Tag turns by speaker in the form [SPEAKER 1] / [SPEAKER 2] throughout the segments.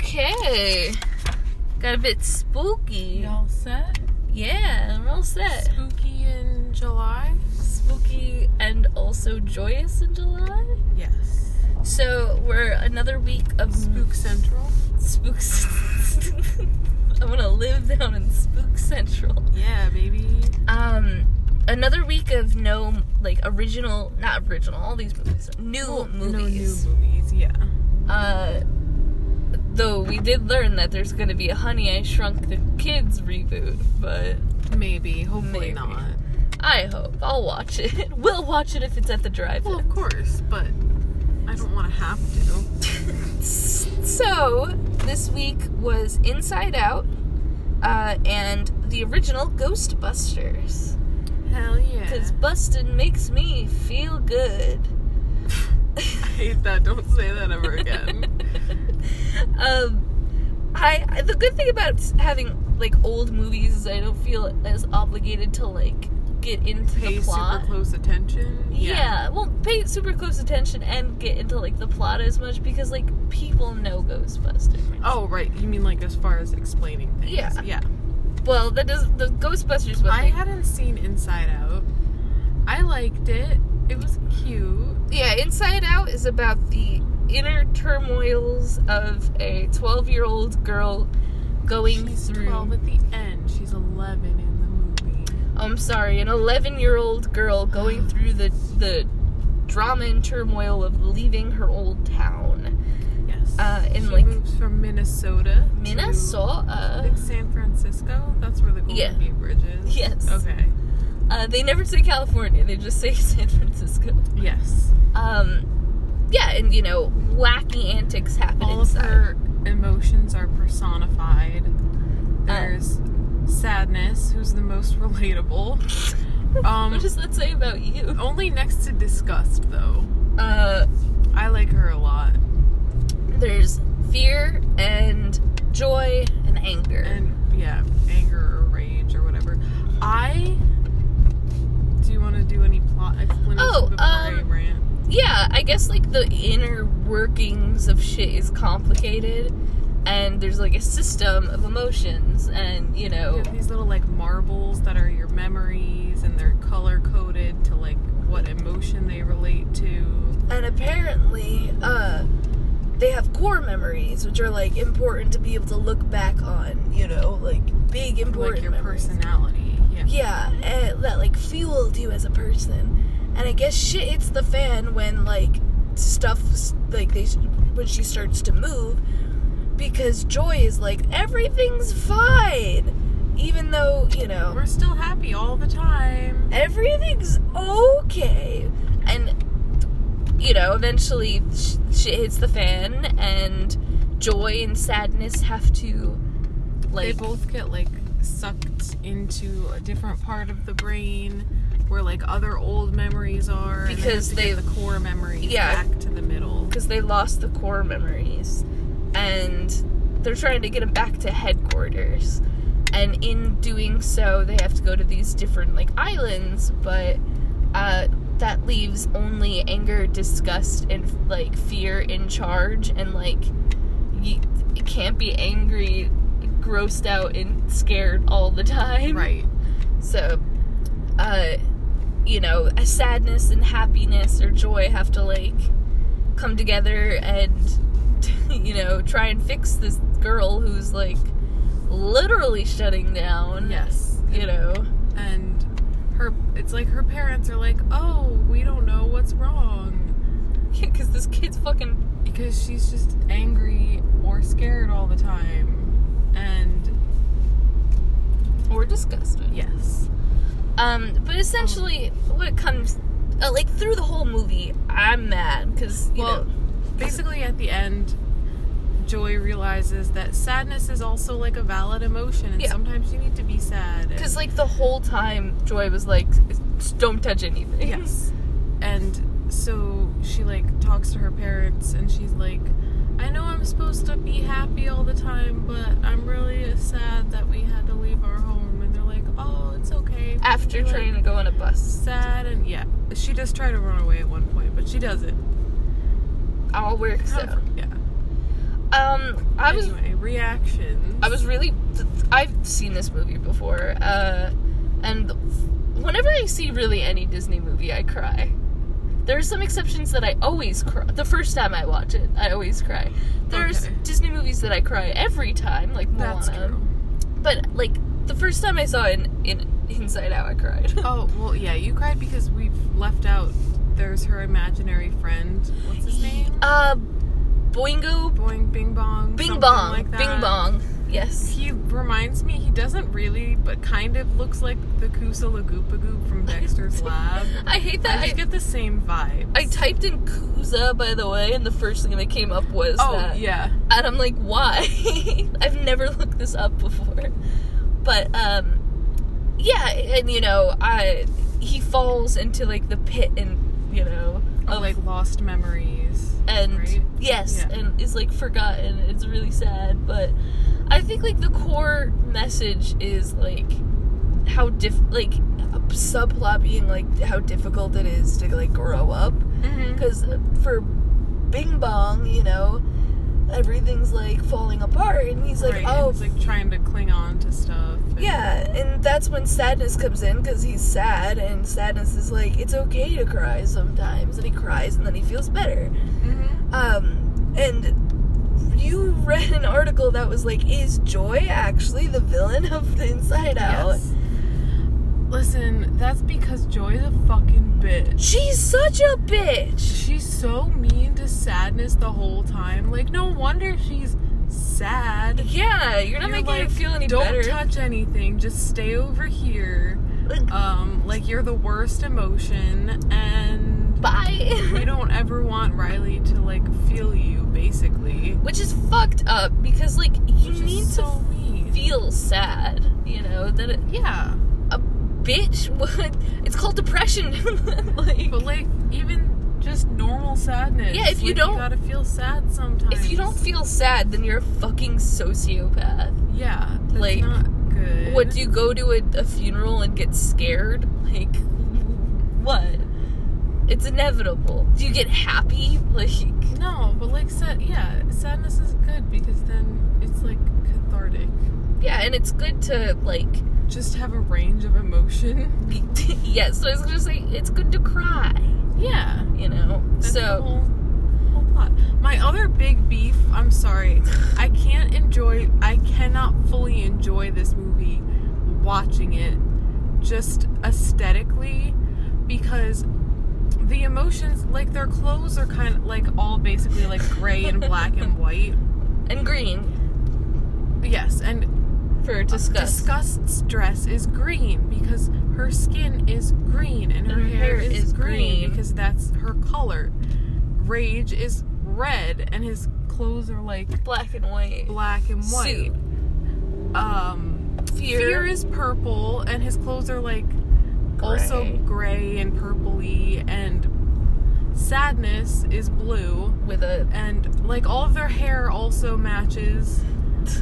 [SPEAKER 1] Okay. Got a bit spooky.
[SPEAKER 2] Y'all set?
[SPEAKER 1] Yeah, we're all set.
[SPEAKER 2] Spooky in July?
[SPEAKER 1] Spooky and also joyous in July.
[SPEAKER 2] Yes.
[SPEAKER 1] So we're another week of
[SPEAKER 2] Spook Central?
[SPEAKER 1] spooks. I want to live down in Spook Central.
[SPEAKER 2] Yeah, baby.
[SPEAKER 1] Um, another week of no like original, not original. All these movies, new movies.
[SPEAKER 2] No new movies, yeah.
[SPEAKER 1] Uh, though we did learn that there's gonna be a Honey I Shrunk the Kids reboot, but
[SPEAKER 2] Maybe.
[SPEAKER 1] Maybe.
[SPEAKER 2] Hopefully not.
[SPEAKER 1] I hope I'll watch it. we'll watch it if it's at the drive-in.
[SPEAKER 2] Well, of course, but I don't want to have to.
[SPEAKER 1] so this week was Inside Out uh, and the original Ghostbusters
[SPEAKER 2] Hell yeah.
[SPEAKER 1] because Bustin makes me feel good.
[SPEAKER 2] I hate that. Don't say that ever again.
[SPEAKER 1] um, I, I the good thing about s- having like old movies is I don't feel as obligated to like get into
[SPEAKER 2] Pay
[SPEAKER 1] the plot.
[SPEAKER 2] super close attention.
[SPEAKER 1] yeah. well, pay super close attention and get into like the plot as much because like people know Ghostbusters.
[SPEAKER 2] Oh, right. You mean like as far as explaining things?
[SPEAKER 1] Yeah.
[SPEAKER 2] Yeah.
[SPEAKER 1] well, that does the Ghostbusters was
[SPEAKER 2] I
[SPEAKER 1] like,
[SPEAKER 2] hadn't seen Inside Out. I liked it. It was cute.
[SPEAKER 1] yeah, Inside Out is about the inner turmoils of a 12 year old girl going
[SPEAKER 2] She's
[SPEAKER 1] through.
[SPEAKER 2] 12 at the end. She's 11 in the movie.
[SPEAKER 1] I'm sorry, an 11 year old girl going through the, the drama and turmoil of leaving her old town.
[SPEAKER 2] Yes.
[SPEAKER 1] Uh, in,
[SPEAKER 2] she
[SPEAKER 1] like-
[SPEAKER 2] moves from Minnesota. to- I
[SPEAKER 1] Minnesota?
[SPEAKER 2] think San Francisco. That's where the Golden
[SPEAKER 1] Yeah.
[SPEAKER 2] Gate Bridge is.
[SPEAKER 1] Yes.
[SPEAKER 2] Okay.
[SPEAKER 1] Uh, they never say California, they just say San Francisco.
[SPEAKER 2] Yes.
[SPEAKER 1] Um, yeah, and you know, wacky antics happen
[SPEAKER 2] All of
[SPEAKER 1] inside.
[SPEAKER 2] her emotions are personified.
[SPEAKER 1] Uh.
[SPEAKER 2] There's sadness, who's the most relatable. Um,
[SPEAKER 1] what does that say about you?
[SPEAKER 2] only next to disgust, though.
[SPEAKER 1] Uh,
[SPEAKER 2] I like her a lot.
[SPEAKER 1] there's fear and joy and anger.
[SPEAKER 2] and yeah, anger or rage or whatever. I do you want to do any plot explanation
[SPEAKER 1] Oh,
[SPEAKER 2] before I
[SPEAKER 1] um,
[SPEAKER 2] rant?
[SPEAKER 1] yeah, I guess like the inner workings of shit is complicated, and there's like a system of emotions, and you
[SPEAKER 2] You
[SPEAKER 1] know,
[SPEAKER 2] have these little like marbles that are your memories, and they're color coded to like what emotion they relate to.
[SPEAKER 1] and apparently, uh, they have core memories, which are like important to be able to look back on, you know, like big important
[SPEAKER 2] like your
[SPEAKER 1] memories.
[SPEAKER 2] personality. Yeah.
[SPEAKER 1] Yeah, eh, that like fueled you as a person, and I guess shit hits the fan when like stuff like they when she starts to move, because Joy is like everything's fine, even though you know
[SPEAKER 2] We're still happy all the time.
[SPEAKER 1] everything's okay, and you know eventually sh- shit hits the fan, and Joy and sadness have to
[SPEAKER 2] they
[SPEAKER 1] like
[SPEAKER 2] both get like sucked into a different part of the brain where like other old memories are and
[SPEAKER 1] Because
[SPEAKER 2] they, have to get
[SPEAKER 1] they-
[SPEAKER 2] the core memories
[SPEAKER 1] Yeah.
[SPEAKER 2] back to the middle.
[SPEAKER 1] because they lost the core memories and they're trying to get them back to headquarters and in doing so they have to go to these different like islands but uh, that leaves only anger disgust and like fear in charge and like you, you can't be angry grossed out and scared all the time
[SPEAKER 2] Right.
[SPEAKER 1] so, uh, you know, a sadness and happiness or joy have to like come together and you know try and fix this girl who's like literally shutting down.
[SPEAKER 2] Yes.
[SPEAKER 1] You know.
[SPEAKER 2] And her it's like her parents are like, "Oh, we don't know what's wrong."
[SPEAKER 1] Because this kid's fucking.
[SPEAKER 2] Because she's just angry or scared all the time. And
[SPEAKER 1] Or disgusted.
[SPEAKER 2] yes.
[SPEAKER 1] Um, but essentially, what it comes uh, like through the whole movie, I'm mad because you
[SPEAKER 2] Well,
[SPEAKER 1] know.
[SPEAKER 2] basically at the end Joy realizes that sadness is also like a valid emotion and
[SPEAKER 1] Yeah.
[SPEAKER 2] sometimes you need to be sad. and-
[SPEAKER 1] Because like the whole time, Joy was like, "Don't touch anything."
[SPEAKER 2] Yes. And so she like talks to her parents and she's like, I know I'm supposed to be happy all the time, but I'm really sad that we had to leave our home. And they're like, Oh, it's okay.
[SPEAKER 1] After
[SPEAKER 2] We're, like,
[SPEAKER 1] trying to go on a bus.
[SPEAKER 2] sad and yeah. She does try to run away at one point, but she doesn't.
[SPEAKER 1] all works out.
[SPEAKER 2] Yeah.
[SPEAKER 1] Um, I was
[SPEAKER 2] anyway, reactions.
[SPEAKER 1] I was really. th- I've seen this movie before, uh, and whenever I see really any Disney movie, I cry. There are some exceptions that I always cry. The first time I watch it, I always cry. There's
[SPEAKER 2] Okay.
[SPEAKER 1] Disney movies that I cry every time, like Moana.
[SPEAKER 2] That's true.
[SPEAKER 1] But like the first time I saw it in, in Inside Out, I cried.
[SPEAKER 2] Oh well, yeah, you cried because we've left out. There's her imaginary friend. What's his name?
[SPEAKER 1] Uh, Boingo,
[SPEAKER 2] Boing Bing Bong.
[SPEAKER 1] Bing
[SPEAKER 2] something
[SPEAKER 1] Bong,
[SPEAKER 2] Like that.
[SPEAKER 1] Bing Bong. Yes.
[SPEAKER 2] He reminds me. He doesn't really, but kind of looks like the Kusa Lagoopagoo from Dexter's Lab.
[SPEAKER 1] I hate that.
[SPEAKER 2] I
[SPEAKER 1] I,
[SPEAKER 2] just get the same vibe.
[SPEAKER 1] I typed in Kuza, by the way, and the first thing that came up was
[SPEAKER 2] oh
[SPEAKER 1] that.
[SPEAKER 2] yeah,
[SPEAKER 1] And I'm like, why? I've never looked this up before. But um yeah, and you know, I he falls into like the pit and you know
[SPEAKER 2] oh, like lost memories.
[SPEAKER 1] and
[SPEAKER 2] right?
[SPEAKER 1] yes,
[SPEAKER 2] Yeah.
[SPEAKER 1] and is like forgotten. It's really sad, but I think like the core message is like how diff like subplot being like how difficult it is to like grow up
[SPEAKER 2] Mm-hmm.
[SPEAKER 1] because for Bing Bong, you know, everything's like falling apart, and he's like, oh,
[SPEAKER 2] it's like trying to cling on to stuff. and-
[SPEAKER 1] yeah, and that's when sadness comes in because he's sad, and sadness is like, it's okay to cry sometimes, and he cries, and then he feels better.
[SPEAKER 2] Mhm.
[SPEAKER 1] Um, and you read an article that was like, is joy actually the villain of the Inside Out?
[SPEAKER 2] Yes. Listen, that's because Joy's a fucking bitch.
[SPEAKER 1] She's such a bitch.
[SPEAKER 2] She's so mean to sadness the whole time. Like, no wonder she's sad.
[SPEAKER 1] Yeah, you're not
[SPEAKER 2] You're
[SPEAKER 1] making
[SPEAKER 2] like,
[SPEAKER 1] it feel any
[SPEAKER 2] Don't
[SPEAKER 1] better.
[SPEAKER 2] touch anything. Just stay over here.
[SPEAKER 1] Like,
[SPEAKER 2] Um, like you're the worst emotion, and
[SPEAKER 1] bye.
[SPEAKER 2] we don't ever want Riley to like feel you. Basically,
[SPEAKER 1] which is fucked up because like you
[SPEAKER 2] Which is
[SPEAKER 1] need
[SPEAKER 2] so mean.
[SPEAKER 1] to feel sad you know that a
[SPEAKER 2] yeah.
[SPEAKER 1] bitch would it's called depression like
[SPEAKER 2] But like even just normal sadness.
[SPEAKER 1] Yeah, if you
[SPEAKER 2] like,
[SPEAKER 1] don't-
[SPEAKER 2] you gotta feel sad sometimes.
[SPEAKER 1] if you don't feel sad then you're a fucking sociopath
[SPEAKER 2] yeah, that's
[SPEAKER 1] like,
[SPEAKER 2] not good.
[SPEAKER 1] what do you go to a, a funeral and get scared like what it's inevitable do you get happy like
[SPEAKER 2] No, but like sad. Yeah, sadness is good because then it's like cathartic.
[SPEAKER 1] yeah and it's good to like
[SPEAKER 2] Just have a range of emotion.
[SPEAKER 1] yes so i was gonna say it's good to cry
[SPEAKER 2] Yeah.
[SPEAKER 1] you know
[SPEAKER 2] That's
[SPEAKER 1] so
[SPEAKER 2] the whole, whole plot. My other big beef, I'm sorry, I can't enjoy, I cannot fully enjoy this movie watching it just aesthetically because the emotions, like their clothes are kind of like all basically like gray and black and white.
[SPEAKER 1] and green
[SPEAKER 2] Yes, and
[SPEAKER 1] for disgust
[SPEAKER 2] Disgust's dress is green because her skin is green and her, hair, is, green,
[SPEAKER 1] green.
[SPEAKER 2] because that's her color. Rage is red and his clothes are like
[SPEAKER 1] black and white
[SPEAKER 2] black and white.
[SPEAKER 1] suit.
[SPEAKER 2] Um fear.
[SPEAKER 1] Fear,
[SPEAKER 2] is purple and his clothes are like also
[SPEAKER 1] Gray.
[SPEAKER 2] gray and purpley and sadness is blue
[SPEAKER 1] with a
[SPEAKER 2] and like all of their hair also matches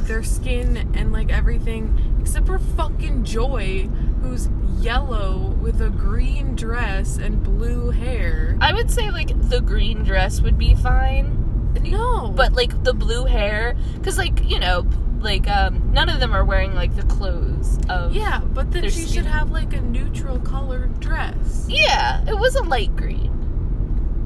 [SPEAKER 2] their skin and like everything except for fucking joy who's yellow with a green dress and blue hair
[SPEAKER 1] I would say like the green dress would be fine,
[SPEAKER 2] no
[SPEAKER 1] but like the blue hair cuz like, you know, like um none of them are wearing like the clothes of
[SPEAKER 2] yeah but then
[SPEAKER 1] Their
[SPEAKER 2] she
[SPEAKER 1] skin.
[SPEAKER 2] should have like a neutral colored dress
[SPEAKER 1] Yeah, it was a light green.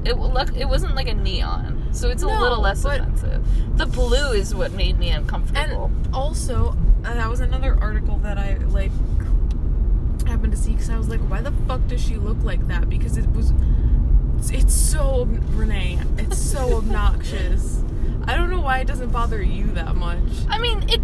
[SPEAKER 1] It wa- look it wasn't like a neon. So it's a
[SPEAKER 2] No,
[SPEAKER 1] little less
[SPEAKER 2] but-
[SPEAKER 1] offensive. The blue is what made me uncomfortable.
[SPEAKER 2] And also, uh, that was another article that I like happened to see because I was like, why the fuck does she look like that? Because it was, it's- it's so Renee, it's so obnoxious. I don't know why it doesn't bother you that much.
[SPEAKER 1] I mean, it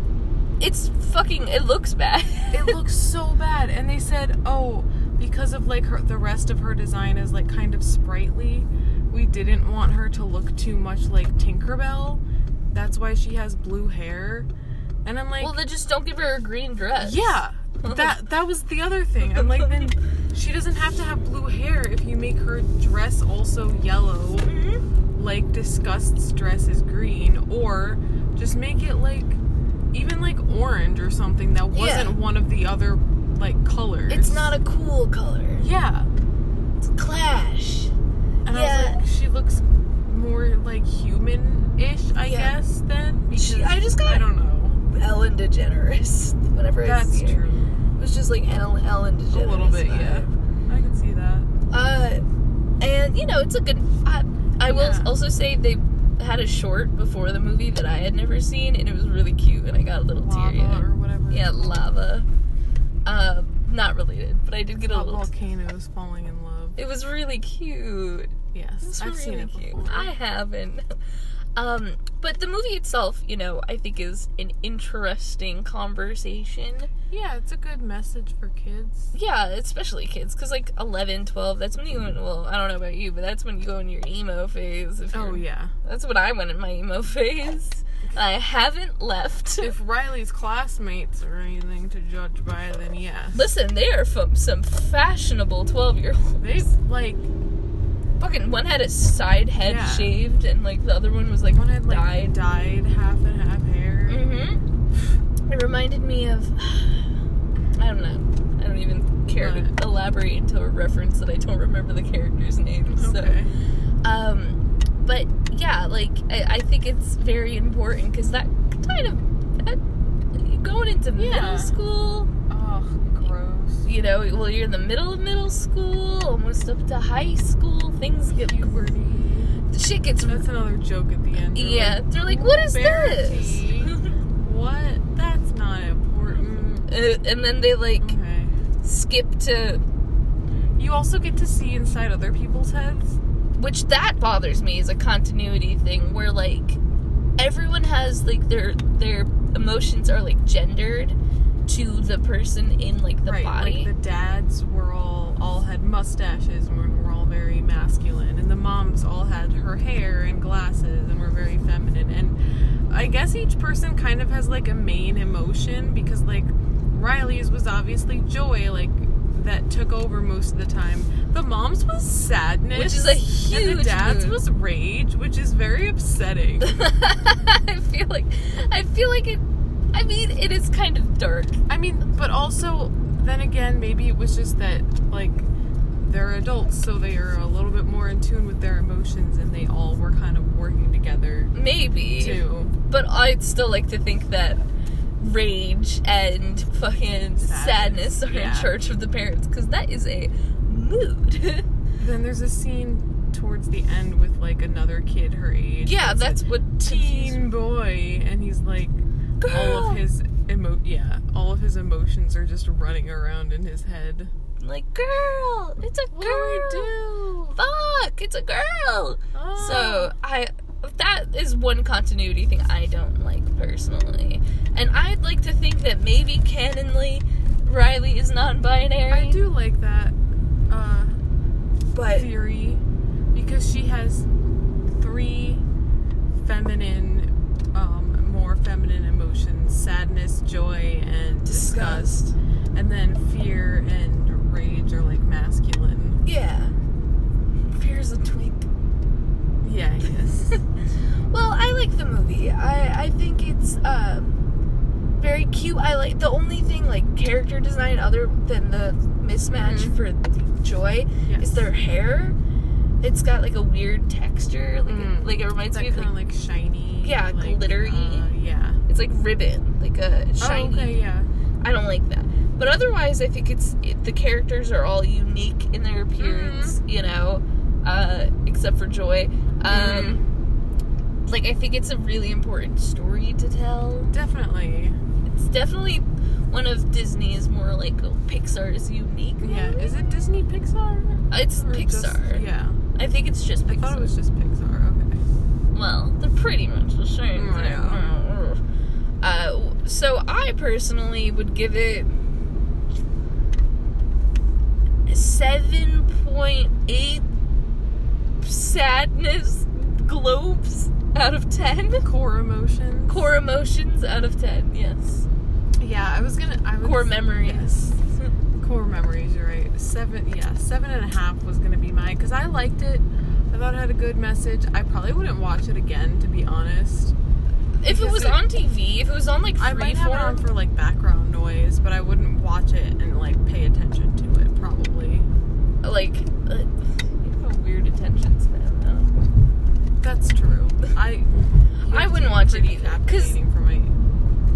[SPEAKER 1] it's fucking it looks bad.
[SPEAKER 2] It looks so bad, and they said, oh, because of like her, the rest of her design is like kind of sprightly. We didn't want her to look too much like Tinkerbell. That's why she has blue hair. And I'm like,
[SPEAKER 1] well, then just don't give her a green dress.
[SPEAKER 2] Yeah, that that was the other thing. I'm like, then she doesn't have to have blue hair if you make her dress also yellow,
[SPEAKER 1] Mhm.
[SPEAKER 2] like Disgust's dress is green, or just make it like even like orange or something that wasn't
[SPEAKER 1] Yeah.
[SPEAKER 2] one of the other like colors.
[SPEAKER 1] It's not a cool color.
[SPEAKER 2] Yeah,
[SPEAKER 1] It's clash.
[SPEAKER 2] and I
[SPEAKER 1] Yeah.
[SPEAKER 2] was like, she looks more like human ish, I
[SPEAKER 1] Yeah.
[SPEAKER 2] guess, then. Because
[SPEAKER 1] She- I just got-
[SPEAKER 2] I don't know.
[SPEAKER 1] Ellen DeGeneres. Whenever I
[SPEAKER 2] That's
[SPEAKER 1] see her.
[SPEAKER 2] true.
[SPEAKER 1] it was just like Ellen, Ellen DeGeneres.
[SPEAKER 2] A little bit, yeah.
[SPEAKER 1] vibe.
[SPEAKER 2] I can see that.
[SPEAKER 1] Uh, and you know, it's a good. I, I will
[SPEAKER 2] Yeah.
[SPEAKER 1] also say they had a short before the movie that I had never seen, and it was really cute, and I got a little teary.
[SPEAKER 2] Lava or whatever.
[SPEAKER 1] Yeah, lava. Uh, not related, but I did get a
[SPEAKER 2] Hot
[SPEAKER 1] little.
[SPEAKER 2] volcanoes falling in love.
[SPEAKER 1] It was really cute.
[SPEAKER 2] Yes,
[SPEAKER 1] It's
[SPEAKER 2] I've
[SPEAKER 1] really
[SPEAKER 2] seen it
[SPEAKER 1] cute.
[SPEAKER 2] before.
[SPEAKER 1] I haven't. Um, but the movie itself, you know, I think is an interesting conversation.
[SPEAKER 2] Yeah, it's a good message for kids.
[SPEAKER 1] Yeah, especially kids, because like 11, 12, that's when you went, well, I don't know about you, but that's when you go in your emo phase. If
[SPEAKER 2] Oh
[SPEAKER 1] you're-
[SPEAKER 2] yeah.
[SPEAKER 1] That's what I went in my emo phase. I haven't left.
[SPEAKER 2] If Riley's classmates are anything to judge by, then yes.
[SPEAKER 1] Listen, they are from some fashionable 12 year old.
[SPEAKER 2] They like
[SPEAKER 1] Fucking one had a side head
[SPEAKER 2] Yeah.
[SPEAKER 1] shaved, and like the other one was like,
[SPEAKER 2] one had like
[SPEAKER 1] dyed.
[SPEAKER 2] dyed half and half hair.
[SPEAKER 1] Mm-hmm. It reminded me of. I don't know. I don't even care
[SPEAKER 2] What?
[SPEAKER 1] to elaborate into a reference that I don't remember the character's name.
[SPEAKER 2] Okay.
[SPEAKER 1] So, um, but yeah, like I, I think it's very important because that kind of that, going into
[SPEAKER 2] Yeah.
[SPEAKER 1] middle school,
[SPEAKER 2] Oh, gross.
[SPEAKER 1] you know, well you're in the middle of middle school, almost up to high school, things get
[SPEAKER 2] Puberty.
[SPEAKER 1] the shit gets
[SPEAKER 2] That's another joke at the end. They're
[SPEAKER 1] yeah. They're like, what is this?
[SPEAKER 2] Puberty. like, what? That's not important.
[SPEAKER 1] Uh, and then they like
[SPEAKER 2] Okay.
[SPEAKER 1] skip to
[SPEAKER 2] You also get to see inside other people's heads.
[SPEAKER 1] which that bothers me is a continuity thing where like everyone has like their their emotions are like gendered to the person in like the
[SPEAKER 2] right,
[SPEAKER 1] body
[SPEAKER 2] like the dads were all all had mustaches and were, were all very masculine, and the moms all had her hair and glasses and were very feminine. And I guess each person kind of has like a main emotion because like Riley's was obviously joy, like that took over most of the time. The moms was sadness,
[SPEAKER 1] which is a huge
[SPEAKER 2] and the dad's
[SPEAKER 1] move.
[SPEAKER 2] was rage, which is very upsetting.
[SPEAKER 1] I feel like I feel like it I mean it is kind of dark
[SPEAKER 2] I mean, but also, then again, maybe it was just that, like, they're adults, so they are a little bit more in tune with their emotions, and they all were kind of working together,
[SPEAKER 1] maybe
[SPEAKER 2] too.
[SPEAKER 1] but I'd still like to think that rage and fucking sadness,
[SPEAKER 2] Sadness,
[SPEAKER 1] are
[SPEAKER 2] yeah.
[SPEAKER 1] in charge of the parents cuz that is a mood
[SPEAKER 2] Then there's a scene towards the end with, like, another kid her age.
[SPEAKER 1] yeah
[SPEAKER 2] It's a
[SPEAKER 1] that's what
[SPEAKER 2] teen boy, and he's, like, all
[SPEAKER 1] Girl.
[SPEAKER 2] of his. Emo- yeah, all of his emotions are just running around in his head.
[SPEAKER 1] like girl it's a
[SPEAKER 2] What
[SPEAKER 1] girl
[SPEAKER 2] do I do?
[SPEAKER 1] fuck it's a girl
[SPEAKER 2] Oh.
[SPEAKER 1] so i that is one continuity thing i don't like personally and i'd like to think that maybe canonly riley is non-binary
[SPEAKER 2] I do like that. Uh,
[SPEAKER 1] but
[SPEAKER 2] theory because she has three feminine um, more feminine emotions sadness joy and disgust
[SPEAKER 1] disgust
[SPEAKER 2] and then fear and rage are like masculine
[SPEAKER 1] yeah fear's a twink
[SPEAKER 2] yeah yes
[SPEAKER 1] Well, I like the movie. I, I think it's um, very cute. I like the only thing like character design other than the mismatch
[SPEAKER 2] Mhm.
[SPEAKER 1] for Joy
[SPEAKER 2] yes.
[SPEAKER 1] is their hair. It's got like a weird texture. Like it,
[SPEAKER 2] Mm.
[SPEAKER 1] like it reminds
[SPEAKER 2] that
[SPEAKER 1] me of
[SPEAKER 2] kind
[SPEAKER 1] like
[SPEAKER 2] of like shiny
[SPEAKER 1] Yeah,
[SPEAKER 2] like,
[SPEAKER 1] glittery.
[SPEAKER 2] uh, yeah
[SPEAKER 1] it's like ribbon, like a shiny.
[SPEAKER 2] oh, okay yeah
[SPEAKER 1] I don't like that. But otherwise, I think it's it, the characters are all unique in their appearance,
[SPEAKER 2] Mm-hmm.
[SPEAKER 1] you know, uh, except for Joy. Um,
[SPEAKER 2] Mm-hmm.
[SPEAKER 1] Like I think it's a really important story to tell.
[SPEAKER 2] definitely
[SPEAKER 1] It's definitely one of Disney's more like Pixar's unique.
[SPEAKER 2] yeah
[SPEAKER 1] movies.
[SPEAKER 2] is it disney pixar
[SPEAKER 1] it's
[SPEAKER 2] Or just-
[SPEAKER 1] Mm-hmm. Pixar.
[SPEAKER 2] yeah
[SPEAKER 1] I think it's just
[SPEAKER 2] i
[SPEAKER 1] Pixar.
[SPEAKER 2] thought it was just pixar okay
[SPEAKER 1] Well, they're pretty much the same. thing.
[SPEAKER 2] Mm,
[SPEAKER 1] Mm.
[SPEAKER 2] Yeah.
[SPEAKER 1] Uh, so I personally would give it seven point eight sadness globes out of ten.
[SPEAKER 2] core emotions
[SPEAKER 1] Core emotions out of ten. Yes.
[SPEAKER 2] yeah i was gonna i was
[SPEAKER 1] Core memories.
[SPEAKER 2] yes. Core memories, you're right. Seven, yeah, seven and a half was gonna be mine because I liked it. I thought it had a good message. I probably wouldn't watch it again, to be honest.
[SPEAKER 1] If it
[SPEAKER 2] Because
[SPEAKER 1] was
[SPEAKER 2] it-
[SPEAKER 1] on TV, if it was on like
[SPEAKER 2] I might have it on
[SPEAKER 1] Freeform,
[SPEAKER 2] for like background noise, but I wouldn't watch it and like pay attention to it. Probably.
[SPEAKER 1] like uh, you have a weird attention span. though.
[SPEAKER 2] That's true. I you
[SPEAKER 1] I
[SPEAKER 2] have
[SPEAKER 1] wouldn't
[SPEAKER 2] to be
[SPEAKER 1] watch it
[SPEAKER 2] pretty
[SPEAKER 1] either, 'cause-
[SPEAKER 2] captivating for my.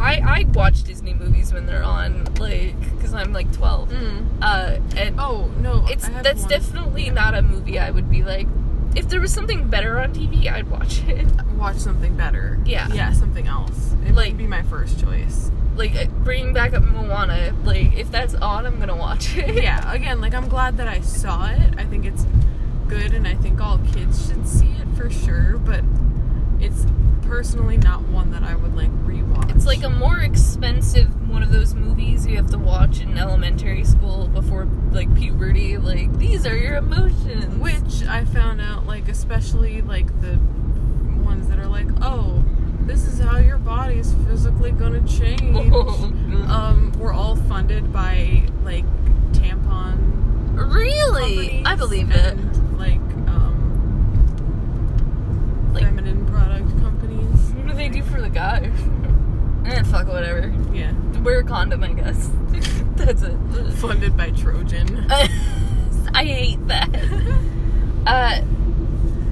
[SPEAKER 1] I I watch Disney movies when they're on, like, because I'm like 12. Uh, and
[SPEAKER 2] Oh no,
[SPEAKER 1] it's
[SPEAKER 2] I have
[SPEAKER 1] that's
[SPEAKER 2] one.
[SPEAKER 1] definitely not a movie I would be like. If there was something better on TV, I'd watch it.
[SPEAKER 2] watch something better.
[SPEAKER 1] Yeah.
[SPEAKER 2] yeah, something else. It
[SPEAKER 1] Like-
[SPEAKER 2] would be my first choice.
[SPEAKER 1] Like uh, bringing back up Moana. Like if that's on, I'm gonna watch it.
[SPEAKER 2] yeah, again, like I'm glad that I saw it. I think it's good and I think all kids should see it for sure, but it's personally not one that I would like rewatch.
[SPEAKER 1] It's like a more expensive one of those movies you have to watch in elementary school before like puberty. Like these are your emotions.
[SPEAKER 2] which I found out like especially like the ones that are like, "Oh, this is how your body is physically going to change."
[SPEAKER 1] Mm-hmm.
[SPEAKER 2] um we're all funded by like tampon
[SPEAKER 1] really? I
[SPEAKER 2] companies
[SPEAKER 1] believe it.
[SPEAKER 2] and, Like, um,
[SPEAKER 1] Like-
[SPEAKER 2] feminine product companies.
[SPEAKER 1] What do they do for the guy? eh, fuck whatever.
[SPEAKER 2] Yeah,
[SPEAKER 1] Wear a condom, I guess. that's it.
[SPEAKER 2] funded by Trojan.
[SPEAKER 1] Uh, I hate that. Uh,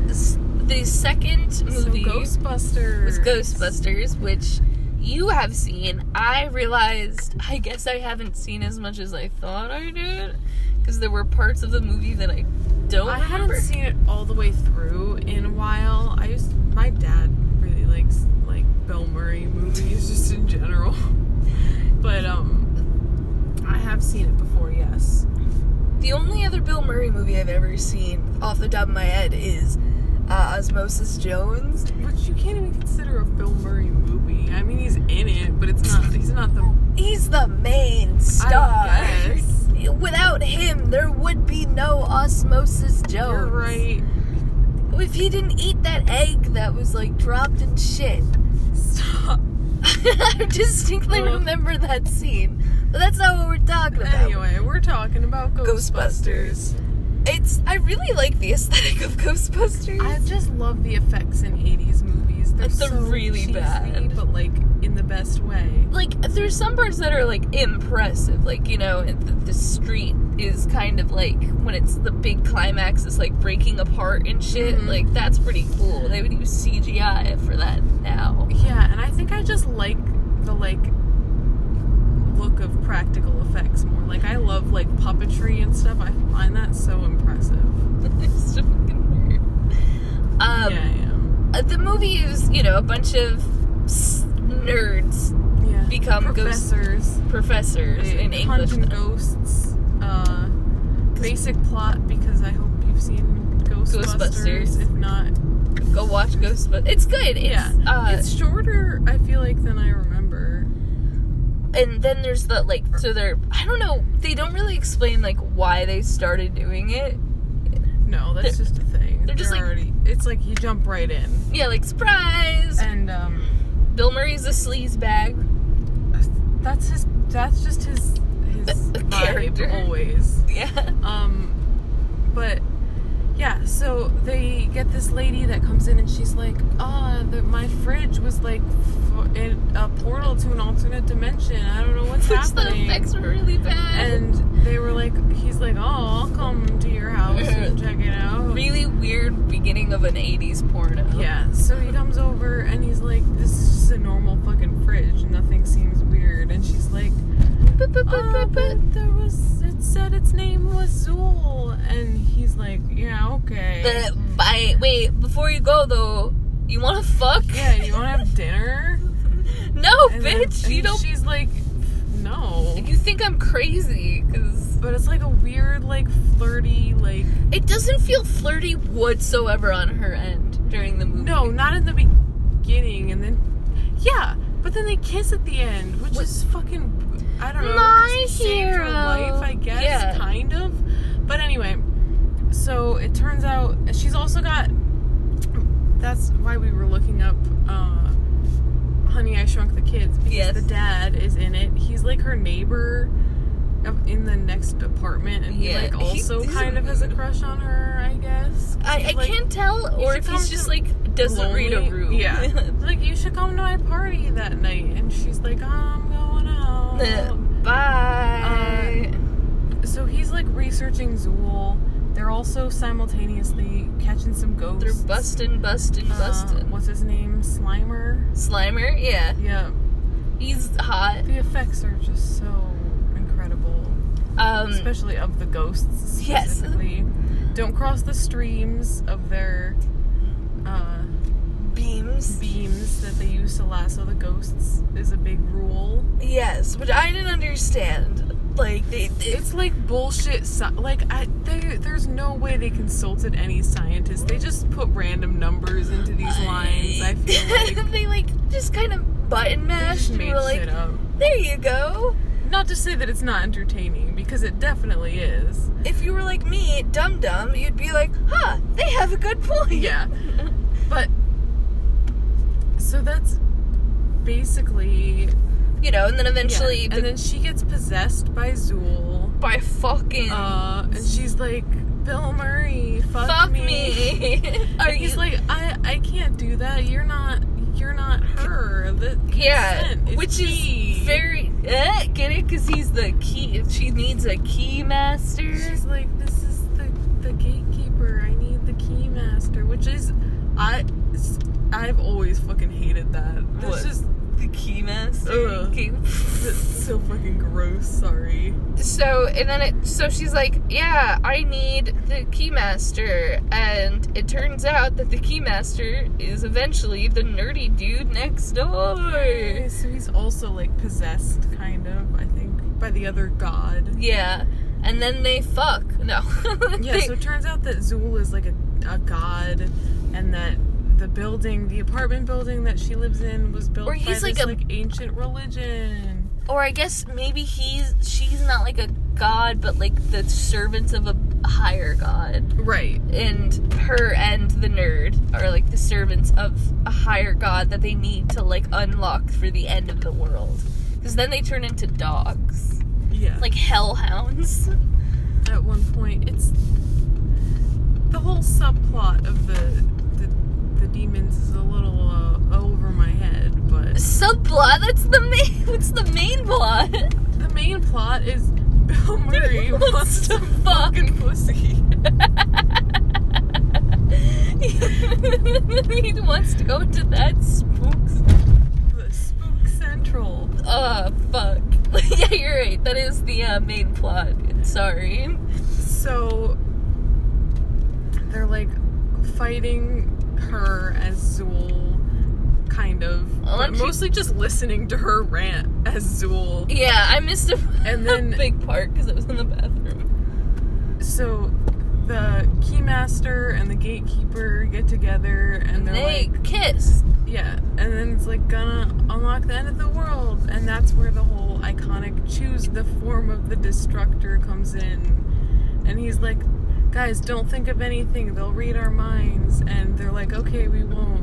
[SPEAKER 1] s- the second
[SPEAKER 2] so
[SPEAKER 1] movie
[SPEAKER 2] Ghostbusters
[SPEAKER 1] was Ghostbusters, which you have seen. I realized, I guess I haven't seen as much as I thought I did, because there were parts of the movie that I don't
[SPEAKER 2] I
[SPEAKER 1] remember.
[SPEAKER 2] haven't seen it all the way through in a while. I used my dad really likes like Bill Murray movies just in general, but um, I have seen it before. Yes,
[SPEAKER 1] The only other Bill Murray movie I've ever seen, off the top of my head, is uh, Osmosis Jones.
[SPEAKER 2] which you can't even consider a Bill Murray movie. I mean, he's in it, but it's not. He's not the
[SPEAKER 1] He's the main
[SPEAKER 2] I
[SPEAKER 1] star.
[SPEAKER 2] guess.
[SPEAKER 1] Without him, there would be no Osmosis Jones.
[SPEAKER 2] You're right.
[SPEAKER 1] If he didn't eat that egg that was like dropped and shit.
[SPEAKER 2] Stop.
[SPEAKER 1] I distinctly
[SPEAKER 2] Well-
[SPEAKER 1] remember that scene. But that's not what we're talking about.
[SPEAKER 2] Anyway, we're talking about Ghostbusters.
[SPEAKER 1] Ghostbusters. It's I really like the aesthetic of Ghostbusters.
[SPEAKER 2] I just love the effects in 80s movies. They're,
[SPEAKER 1] They're
[SPEAKER 2] so
[SPEAKER 1] really
[SPEAKER 2] cheesy,
[SPEAKER 1] bad.
[SPEAKER 2] but like in the best way.
[SPEAKER 1] like there's some parts that are like impressive. Like, you know, the, the street is kind of like when it's the big climax it's like breaking apart and shit.
[SPEAKER 2] Mhm.
[SPEAKER 1] Like that's pretty cool. They would use CGI for that now.
[SPEAKER 2] Yeah, and I think I just like the like look of practical effects more. Like I love like puppetry and stuff. I find that so impressive.
[SPEAKER 1] Um, It's so fucking weird. Um
[SPEAKER 2] yeah, I am.
[SPEAKER 1] Uh, the movie is, you know, a bunch of s- nerds,
[SPEAKER 2] Yeah.
[SPEAKER 1] become ghost-
[SPEAKER 2] professors.
[SPEAKER 1] professors in
[SPEAKER 2] They
[SPEAKER 1] English.
[SPEAKER 2] hunt and ghosts. Uh, basic plot because I hope you've seen Ghostbusters.
[SPEAKER 1] Ghostbusters.
[SPEAKER 2] If not,
[SPEAKER 1] Go watch Ghostbusters. It's good. It's,
[SPEAKER 2] yeah,
[SPEAKER 1] Uh,
[SPEAKER 2] it's shorter. I feel like than I remember.
[SPEAKER 1] and then there's the like. So they're. I don't know. They don't really explain like why they started doing it.
[SPEAKER 2] No, that's just a thing.
[SPEAKER 1] they're just like-
[SPEAKER 2] already. It's like you jump right in,
[SPEAKER 1] Yeah, like surprise.
[SPEAKER 2] and um,
[SPEAKER 1] Bill Murray's a sleaze bag.
[SPEAKER 2] that's his. That's just his his
[SPEAKER 1] A- a
[SPEAKER 2] vibe
[SPEAKER 1] character.
[SPEAKER 2] always.
[SPEAKER 1] Yeah.
[SPEAKER 2] Um, but yeah, so they get this lady that comes in and she's like, "Ah, the, my fridge was like f- it, a portal to an alternate dimension. I don't know what's
[SPEAKER 1] Which the
[SPEAKER 2] happening."
[SPEAKER 1] effects were really bad.
[SPEAKER 2] and they were like, "He's like, oh, I'll come to your house and check it out."
[SPEAKER 1] really weird beginning of an '80s porno.
[SPEAKER 2] Yeah. So he comes over and he's like, "This is just a normal fucking fridge. Nothing seems weird." And she's like,
[SPEAKER 1] But, but, but,
[SPEAKER 2] "Oh,
[SPEAKER 1] but, but.
[SPEAKER 2] but there was. It said its name was Zool." And he's like, "Yeah, okay."
[SPEAKER 1] But I wait before you go though. You want to fuck?
[SPEAKER 2] yeah, you want to have dinner?
[SPEAKER 1] No,
[SPEAKER 2] And then-
[SPEAKER 1] bitch.
[SPEAKER 2] and
[SPEAKER 1] you don't.
[SPEAKER 2] She's like, no.
[SPEAKER 1] You think I'm crazy? Because
[SPEAKER 2] But it's like a weird, like flirty, like
[SPEAKER 1] it doesn't feel flirty whatsoever on her end during the movie.
[SPEAKER 2] no, not in the beginning, and then yeah, but then they kiss at the end, which
[SPEAKER 1] What-
[SPEAKER 2] is fucking I don't know.
[SPEAKER 1] My
[SPEAKER 2] saved her
[SPEAKER 1] hero.
[SPEAKER 2] life, I guess,
[SPEAKER 1] Yeah.
[SPEAKER 2] kind of. But anyway, so it turns out she's also got. That's why we were looking up. uh Honey, I Shrunk the Kids because
[SPEAKER 1] Yes.
[SPEAKER 2] the dad is in it. He's like her neighbor of- in the next apartment, and
[SPEAKER 1] Yeah,
[SPEAKER 2] he like
[SPEAKER 1] he-
[SPEAKER 2] also
[SPEAKER 1] he's a
[SPEAKER 2] kind of has a
[SPEAKER 1] weirdo.
[SPEAKER 2] crush on her, I guess. 'Cause
[SPEAKER 1] I, I
[SPEAKER 2] he's, like,
[SPEAKER 1] can't tell, or
[SPEAKER 2] should
[SPEAKER 1] if
[SPEAKER 2] come
[SPEAKER 1] he's just
[SPEAKER 2] to-
[SPEAKER 1] like doesn't read a
[SPEAKER 2] lonely.
[SPEAKER 1] room.
[SPEAKER 2] Yeah. like, you should come to my party that night. And she's like, I'm going
[SPEAKER 1] Uh,
[SPEAKER 2] out.
[SPEAKER 1] Bye.
[SPEAKER 2] Um, So he's like researching Zool. They're They're also simultaneously catching some ghosts.
[SPEAKER 1] They're bustin', bustin',
[SPEAKER 2] Uh,
[SPEAKER 1] bustin'.
[SPEAKER 2] what's his name? Slimer.
[SPEAKER 1] Slimer, yeah.
[SPEAKER 2] Yeah.
[SPEAKER 1] He's hot.
[SPEAKER 2] The effects are just so incredible,
[SPEAKER 1] Um,
[SPEAKER 2] especially of the ghosts
[SPEAKER 1] Yes.
[SPEAKER 2] specifically. Don't cross the streams of their uh,
[SPEAKER 1] beams.
[SPEAKER 2] beams that they use to lasso the ghosts is a big rule.
[SPEAKER 1] Yes, which I didn't understand. Like, they. they
[SPEAKER 2] It's like bullshit. Sci- like I, there, there's no way they consulted any scientists. They just put random numbers into these lines. I feel like
[SPEAKER 1] they, like, just kind of button
[SPEAKER 2] they
[SPEAKER 1] mashed
[SPEAKER 2] just
[SPEAKER 1] and
[SPEAKER 2] made
[SPEAKER 1] were like,
[SPEAKER 2] shit up.
[SPEAKER 1] there you go.
[SPEAKER 2] Not to say that it's not entertaining, because it definitely is.
[SPEAKER 1] If you were like me, dum dum, you'd be like, huh, they have a good point.
[SPEAKER 2] Yeah. But so that's basically
[SPEAKER 1] You know, and then eventually,
[SPEAKER 2] yeah.
[SPEAKER 1] the,
[SPEAKER 2] and then she gets possessed by Zool.
[SPEAKER 1] by fucking.
[SPEAKER 2] Uh, and she's like, Bill Murray, fuck,
[SPEAKER 1] fuck
[SPEAKER 2] me.
[SPEAKER 1] me. Are
[SPEAKER 2] And he's
[SPEAKER 1] you-
[SPEAKER 2] like, I, I can't do that. You're not you're not her. The
[SPEAKER 1] Yeah,
[SPEAKER 2] consent is
[SPEAKER 1] which
[SPEAKER 2] key."
[SPEAKER 1] is very eh, get it because he's the key. She needs a key master.
[SPEAKER 2] She's like, this is the the gatekeeper. I need the key master, which is I s- I've always fucking hated that.
[SPEAKER 1] What?
[SPEAKER 2] That's just
[SPEAKER 1] The key master.
[SPEAKER 2] Ugh.
[SPEAKER 1] Key-
[SPEAKER 2] that's so fucking gross. Sorry.
[SPEAKER 1] So and then it so she's like, yeah, I need the key master, and it turns out that the key master is eventually the nerdy dude next door.
[SPEAKER 2] So he's also like possessed, kind of. I think by the other god.
[SPEAKER 1] Yeah, and then they fuck. No.
[SPEAKER 2] Yeah.
[SPEAKER 1] They-
[SPEAKER 2] So it turns out that Zool is like a a god, and that. The building, the apartment building that she lives in, was built
[SPEAKER 1] Or
[SPEAKER 2] by
[SPEAKER 1] he's
[SPEAKER 2] this
[SPEAKER 1] like
[SPEAKER 2] like,
[SPEAKER 1] a-
[SPEAKER 2] ancient religion.
[SPEAKER 1] or I guess maybe he's she's not like a god, but like the servants of a higher god.
[SPEAKER 2] Right.
[SPEAKER 1] and her and the nerd are like the servants of a higher god that they need to like unlock for the end of the world. Because then they turn into dogs,
[SPEAKER 2] Yeah.
[SPEAKER 1] like hellhounds.
[SPEAKER 2] at one point. It's the whole subplot of the the, the demons is a little uh, over my head, but
[SPEAKER 1] Subplot. That's the main. What's the main plot?
[SPEAKER 2] the main plot is Bill Murray wants to
[SPEAKER 1] fuck.
[SPEAKER 2] fucking pussy.
[SPEAKER 1] he wants to go into that spooks.
[SPEAKER 2] The Spook Central.
[SPEAKER 1] Oh fuck. yeah, you're right. That is the uh, main plot. Sorry.
[SPEAKER 2] So they're like fighting her as Zool, kind of,
[SPEAKER 1] Well,
[SPEAKER 2] but
[SPEAKER 1] aren't you-
[SPEAKER 2] mostly just listening to her rant as Zool.
[SPEAKER 1] Yeah, I missed a,
[SPEAKER 2] And then-
[SPEAKER 1] a big part because I was in the bathroom.
[SPEAKER 2] so the keymaster and the gatekeeper get together and they're
[SPEAKER 1] they
[SPEAKER 2] like
[SPEAKER 1] kiss.
[SPEAKER 2] yeah and then it's like gonna unlock the end of the world and that's where the whole iconic choose the form of the destructor comes in and he's like guys don't think of anything they'll read our minds and they're like okay we won't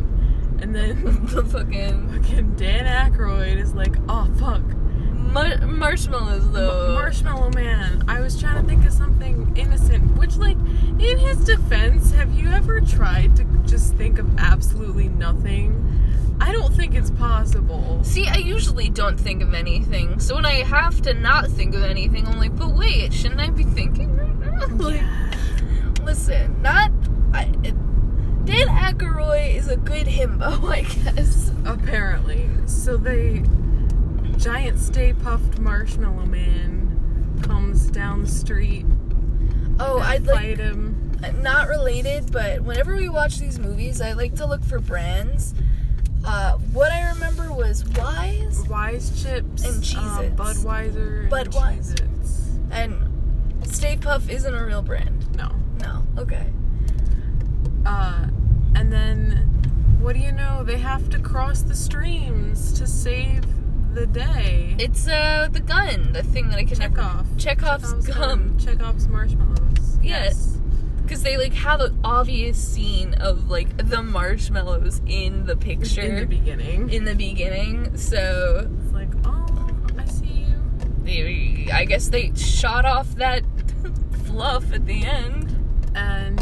[SPEAKER 2] and then
[SPEAKER 1] the fucking
[SPEAKER 2] fucking Dan Aykroyd is like oh fuck
[SPEAKER 1] mar- marshmallows though.
[SPEAKER 2] Marshmallow Man. I was trying to think of something innocent, which, like, in his defense, have you ever tried to just think of absolutely nothing? I don't think it's possible.
[SPEAKER 1] See, I usually don't think of anything, so when I have to not think of anything, I'm like, but wait, shouldn't I be thinking right now? like, listen, not. I, it, Dan Aykroyd is a good himbo, I guess.
[SPEAKER 2] Apparently. So they. Giant Stay Puffed Marshmallow Man comes down the street.
[SPEAKER 1] Oh,
[SPEAKER 2] and
[SPEAKER 1] I'd
[SPEAKER 2] fight
[SPEAKER 1] like
[SPEAKER 2] him.
[SPEAKER 1] not related, but whenever we watch these movies, I like to look for brands. Uh, what I remember was Wise
[SPEAKER 2] Wise Chips.
[SPEAKER 1] And
[SPEAKER 2] uh,
[SPEAKER 1] Cheez-Its.
[SPEAKER 2] Budweiser. and
[SPEAKER 1] Budweiser.
[SPEAKER 2] Cheez-Its.
[SPEAKER 1] and Stay Puff isn't a real brand.
[SPEAKER 2] No.
[SPEAKER 1] No, okay.
[SPEAKER 2] Uh, and then, what do you know? They have to cross the streams to save the day.
[SPEAKER 1] It's uh the gun, the thing that I can never
[SPEAKER 2] Chekhov.
[SPEAKER 1] Chekhov's gum
[SPEAKER 2] Chekhov's marshmallows.
[SPEAKER 1] Yes. because they like have an obvious scene of like the marshmallows in the
[SPEAKER 2] Yes.
[SPEAKER 1] picture
[SPEAKER 2] In the beginning.
[SPEAKER 1] in the beginning. So
[SPEAKER 2] It's like, oh, I see you.
[SPEAKER 1] they, I guess they shot off that fluff at the end.
[SPEAKER 2] And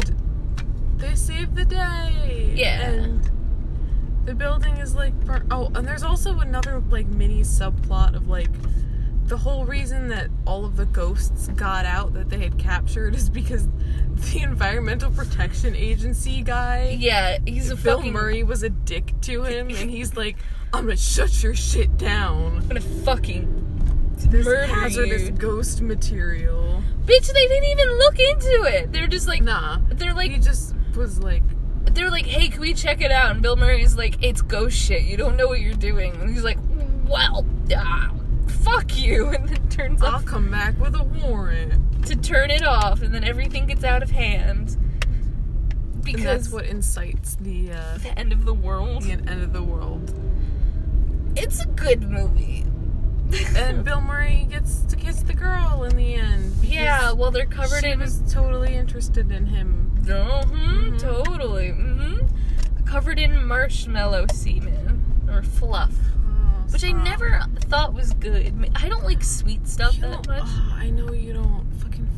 [SPEAKER 2] they save the day.
[SPEAKER 1] Yeah.
[SPEAKER 2] And the building is like, bur- oh, and there's also another like mini subplot of like the whole reason that all of the ghosts got out that they had captured is because the Environmental Protection Agency guy,
[SPEAKER 1] Yeah, he's a
[SPEAKER 2] Bill
[SPEAKER 1] fucking.
[SPEAKER 2] Murray, was a dick to him, and he's like, "I'm gonna shut your shit down."
[SPEAKER 1] I'm gonna fucking
[SPEAKER 2] This
[SPEAKER 1] murder
[SPEAKER 2] hazardous
[SPEAKER 1] you.
[SPEAKER 2] ghost material.
[SPEAKER 1] bitch. They didn't even look into it. They're just like,
[SPEAKER 2] Nah,
[SPEAKER 1] they're like,
[SPEAKER 2] he just was like,
[SPEAKER 1] they're like, hey, can we check it out? And Bill Murray's like, it's ghost shit. You don't know what you're doing. And he's like, well, ah, fuck you. And then turns
[SPEAKER 2] "I'll
[SPEAKER 1] off
[SPEAKER 2] come back with a warrant."
[SPEAKER 1] to turn it off, and then everything gets out of hand because
[SPEAKER 2] And that's what incites the uh,
[SPEAKER 1] the end of the world.
[SPEAKER 2] the end of the world.
[SPEAKER 1] It's a good movie.
[SPEAKER 2] And Bill Murray gets to kiss the girl in the end. because
[SPEAKER 1] yeah, well, they're covered
[SPEAKER 2] she
[SPEAKER 1] in
[SPEAKER 2] was totally interested in him.
[SPEAKER 1] hmm
[SPEAKER 2] Mhm.
[SPEAKER 1] Totally. hmm Covered in marshmallow semen or fluff, which I Oh, never thought was good. I mean, I don't like sweet stuff
[SPEAKER 2] You
[SPEAKER 1] that
[SPEAKER 2] don't-
[SPEAKER 1] much.
[SPEAKER 2] Oh, I know you don't. Fucking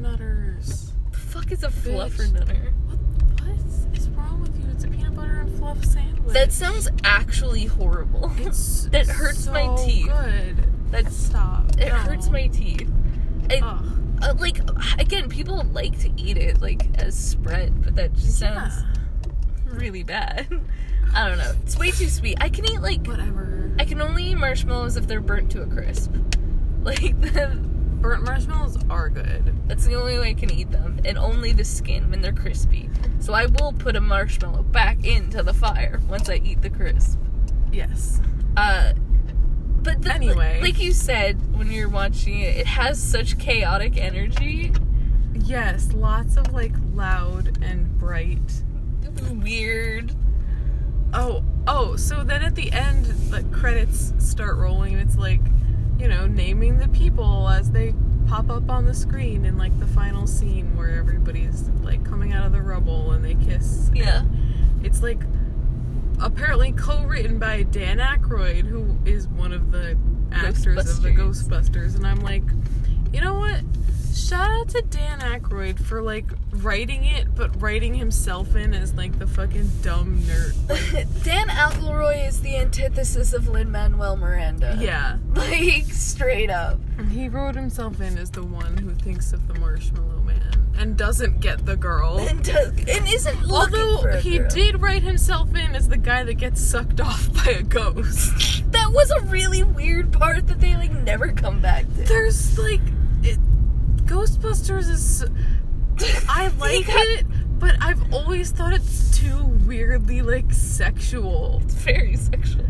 [SPEAKER 2] fluffernutters.
[SPEAKER 1] The fuck is a fluffer nutter?
[SPEAKER 2] What is wrong with you? It's a peanut butter and fluff sandwich.
[SPEAKER 1] That sounds actually horrible.
[SPEAKER 2] It's
[SPEAKER 1] that hurts my
[SPEAKER 2] so
[SPEAKER 1] teeth.
[SPEAKER 2] Good.
[SPEAKER 1] That's
[SPEAKER 2] Stop.
[SPEAKER 1] it
[SPEAKER 2] No.
[SPEAKER 1] hurts my teeth. It,
[SPEAKER 2] Ugh.
[SPEAKER 1] uh, like again, people like to eat it like as spread, but that just sounds
[SPEAKER 2] Yeah.
[SPEAKER 1] really bad. I don't know. It's way too sweet. I can eat like
[SPEAKER 2] Whatever.
[SPEAKER 1] I can only eat marshmallows if they're burnt to a crisp. Like
[SPEAKER 2] Burnt marshmallows are good.
[SPEAKER 1] that's the only way I can eat them, and only the skin when they're crispy. So I will put a marshmallow back into the fire once I eat the crisp.
[SPEAKER 2] Yes.
[SPEAKER 1] Uh, but the,
[SPEAKER 2] Anyway.
[SPEAKER 1] like you said when you're watching it, it has such chaotic energy,
[SPEAKER 2] Yes, lots of like loud and bright.
[SPEAKER 1] weird.
[SPEAKER 2] Oh, oh, so then at the end, the credits start rolling, and it's like, you know, naming the people as they pop up on the screen in like the final scene where everybody's like coming out of the rubble and they kiss.
[SPEAKER 1] Yeah,
[SPEAKER 2] It's like apparently co written by Dan Aykroyd, who is one of the actors of the
[SPEAKER 1] Ghostbusters.
[SPEAKER 2] Ghostbusters, and I'm like, you know what? Shout out to Dan Aykroyd for like writing it, but writing himself in as like the fucking dumb nerd.
[SPEAKER 1] Dan Aykroyd is the antithesis of Lin Manuel Miranda.
[SPEAKER 2] Yeah.
[SPEAKER 1] like straight up.
[SPEAKER 2] He wrote himself in as the one who thinks of the marshmallow man and doesn't get the girl.
[SPEAKER 1] And does and isn't looking for
[SPEAKER 2] Although
[SPEAKER 1] a
[SPEAKER 2] he
[SPEAKER 1] girl.
[SPEAKER 2] did write himself in as the guy that gets sucked off by a ghost.
[SPEAKER 1] That was a really weird part that they like never come back to.
[SPEAKER 2] There's like it, Ghostbusters is I like it, but I've always thought it's too weirdly like sexual.
[SPEAKER 1] It's very sexual.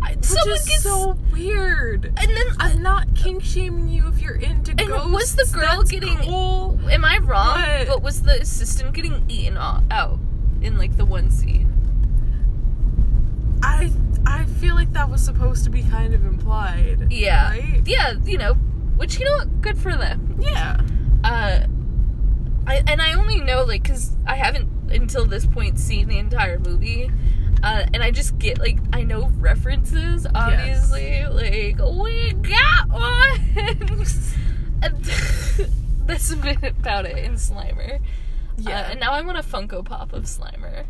[SPEAKER 1] I,
[SPEAKER 2] Which
[SPEAKER 1] someone
[SPEAKER 2] is
[SPEAKER 1] gets
[SPEAKER 2] so weird.
[SPEAKER 1] and then
[SPEAKER 2] I'm not kink shaming you if you're into
[SPEAKER 1] And
[SPEAKER 2] ghosts.
[SPEAKER 1] was the girl
[SPEAKER 2] that's
[SPEAKER 1] getting-
[SPEAKER 2] cool.
[SPEAKER 1] am I wrong?
[SPEAKER 2] What?
[SPEAKER 1] But was the assistant getting eaten o- out in like the one scene?
[SPEAKER 2] I I feel like that was supposed to be kind of implied.
[SPEAKER 1] Yeah,
[SPEAKER 2] Right?
[SPEAKER 1] yeah, you know, which you know, what? good for them.
[SPEAKER 2] Yeah.
[SPEAKER 1] Uh, I and I only know like because I haven't until this point seen the entire movie. Uh, and I just get like I know references, obviously. Like we got one. And That's a bit about it in Slimer. Yeah.
[SPEAKER 2] Yeah.
[SPEAKER 1] and now I want a Funko Pop of Slimer.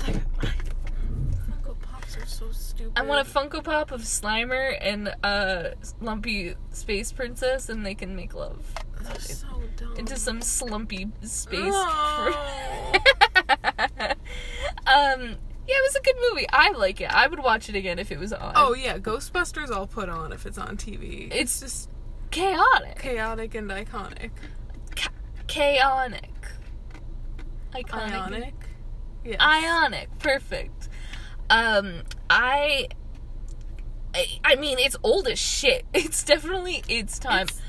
[SPEAKER 2] Funko Pops are so stupid.
[SPEAKER 1] I want a Funko Pop of Slimer and uh, Lumpy Space Princess, and they can make love
[SPEAKER 2] They're so dumb.
[SPEAKER 1] into some slumpy space.
[SPEAKER 2] No.
[SPEAKER 1] um, yeah, it was a good movie. I like it. I would watch it again if it was on.
[SPEAKER 2] Oh yeah, Ghostbusters I'll put on if it's on TV.
[SPEAKER 1] It's
[SPEAKER 2] It's just
[SPEAKER 1] chaotic,
[SPEAKER 2] chaotic and iconic.
[SPEAKER 1] Ca- chaotic, iconic,
[SPEAKER 2] Ionic. Yeah.
[SPEAKER 1] Ionic, perfect. Um, I, I, I mean, it's old as shit. It's definitely its time.
[SPEAKER 2] It's-